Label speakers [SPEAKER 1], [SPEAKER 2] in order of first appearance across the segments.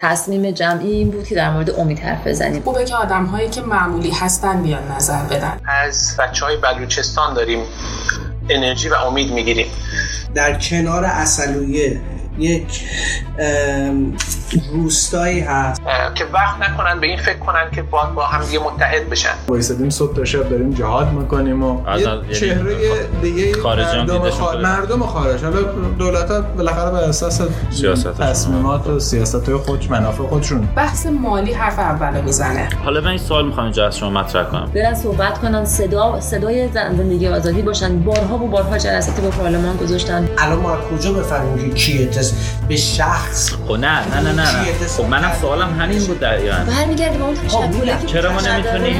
[SPEAKER 1] تصمیم جمعی این بود که در مورد امید حرف بزنیم
[SPEAKER 2] خوبه که آدم هایی که معمولی هستن بیان نظر بدن
[SPEAKER 3] از بچه های بلوچستان داریم انرژی و امید میگیریم
[SPEAKER 4] در کنار اصلویه یک ام، روستایی هست
[SPEAKER 3] اه، که وقت نکنن به این فکر کنن که با, با هم دیگه متحد بشن
[SPEAKER 5] وایسادیم صبح تا شب داریم جهاد میکنیم و
[SPEAKER 6] از-
[SPEAKER 5] یه
[SPEAKER 6] یعنی
[SPEAKER 5] چهره دیگه
[SPEAKER 6] خارجی هم
[SPEAKER 5] مردم,
[SPEAKER 6] دیده
[SPEAKER 5] خار-
[SPEAKER 6] شده.
[SPEAKER 5] مردم خارج حالا دولت ها بالاخره بر اساس
[SPEAKER 6] سیاستشون.
[SPEAKER 5] تصمیمات و سیاست های خودش منافع خودشون
[SPEAKER 2] بحث مالی حرف اولو میزنه
[SPEAKER 6] حالا من این سوال میخوام اینجا از شما مطرح کنم
[SPEAKER 1] برن صحبت کنن صدا صدای زن- زندگی آزادی باشن بارها و بارها جلساتی با پارلمان گذاشتن
[SPEAKER 4] الان ما از کجا بفهمیم که کیه تست به شخص
[SPEAKER 6] خب نه نه نه نه, نه. خب منم سوالم همین بود در ایران
[SPEAKER 1] برمیگردیم به اون تشکلی که
[SPEAKER 6] خب، چرا ما نمی‌تونیم؟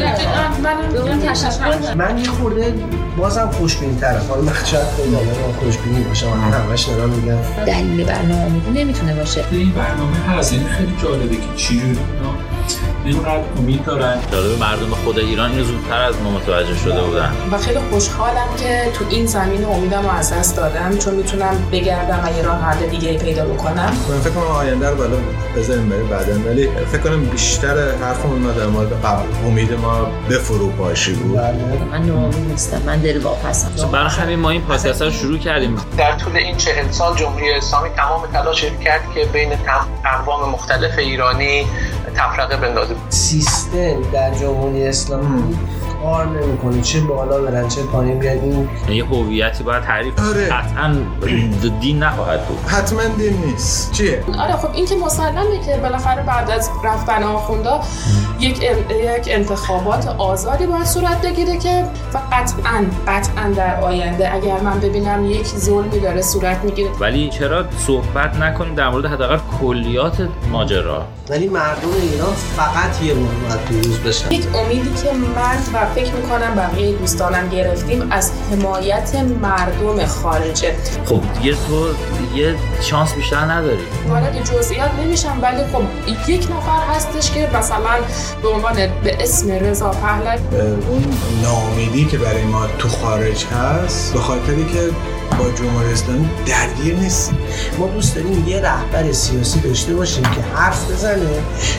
[SPEAKER 1] به اون تشکل
[SPEAKER 4] من یه خورده بازم خوشبین ترم حالا من شاید خیلی آدم هم خوشبینی باشم من همش دارم میگم
[SPEAKER 1] دلیل برنامه نمیتونه باشه
[SPEAKER 7] توی این برنامه هست یعنی خیلی جالبه که چجوری اونا اینقدر امید دارن
[SPEAKER 6] جالب مردم خود ایران اینو زودتر از ما متوجه شده بودن
[SPEAKER 2] و خیلی خوشحالم که تو این زمین امیدم رو از دست دادم چون میتونم بگردم و یه راه حل دیگه پیدا بکنم
[SPEAKER 5] من فکر کنم آینده رو بالا بذاریم برای بعدن ولی فکر کنم بیشتر حرفمون ما در مورد قبل امید ما به فروپاشی بود
[SPEAKER 1] من ناامید نیستم من دلواپسم
[SPEAKER 6] خب برای همین ما این پادکست رو شروع کردیم
[SPEAKER 3] در طول این چهل سال جمهوری اسلامی تمام تلاش کرد که بین تم- اقوام مختلف ایرانی تفرقه بندازه
[SPEAKER 4] سیستم در جمهوری اسلامی کار نمیکنه چه بالا برن چه پایین بیاد این
[SPEAKER 6] یعنی یه هویتی باید تعریف
[SPEAKER 5] آره.
[SPEAKER 6] قطعا دین نخواهد بود
[SPEAKER 5] حتما دین نیست چیه؟
[SPEAKER 2] آره خب این که مسلمه که بالاخره بعد از رفتن آخوندا یک, ال- یک انتخابات آزادی باید صورت بگیره که و قطعا قطعا در آینده اگر من ببینم یک ظلمی داره صورت میگیره
[SPEAKER 6] ولی چرا صحبت نکنیم در مورد حداقل کلیات ماجرا
[SPEAKER 4] ولی مردم ایران فقط یه بار باید پیروز بشن
[SPEAKER 2] یک امیدی که من و فکر میکنم بقیه دوستانم گرفتیم از حمایت مردم خارجه
[SPEAKER 6] خب دیگه تو یه شانس بیشتر نداری
[SPEAKER 2] وارد جزئیات نمیشم ولی خب یک نفر هستش که مثلا به عنوان به اسم رضا پهلوی
[SPEAKER 5] اه، اون ناامیدی که برای ما تو خارج هست به خاطری که با جمهوری اسلامی درگیر نیستیم
[SPEAKER 4] ما دوست داریم یه رهبر سیاسی داشته باشیم که حرف بزنه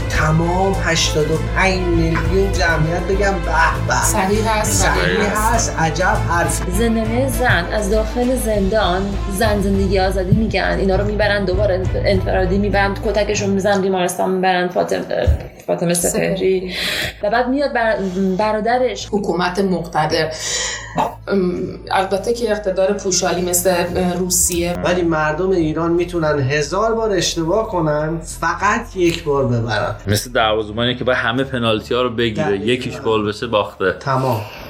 [SPEAKER 4] تمام 85 میلیون جمعیت بگم به به
[SPEAKER 2] صحیح هست
[SPEAKER 4] صحیح هست عجب حرف
[SPEAKER 1] زندانی زن از داخل زندان زن زندگی آزادی میگن اینا رو میبرن دوباره انفرادی میبرن کتکشون میزن بیمارستان میبرن فاطمه فاطمه سپهری و بعد میاد بر... برادرش
[SPEAKER 2] حکومت مقتدر ام، البته که اقتدار پوشالی مثل اه، روسیه
[SPEAKER 4] ولی مردم ایران میتونن هزار بار اشتباه کنن فقط یک بار ببرن
[SPEAKER 6] مثل دروازه‌بانی که باید همه پنالتی ها رو بگیره
[SPEAKER 4] دقیقاً.
[SPEAKER 6] یکیش گل بشه باخته
[SPEAKER 4] تمام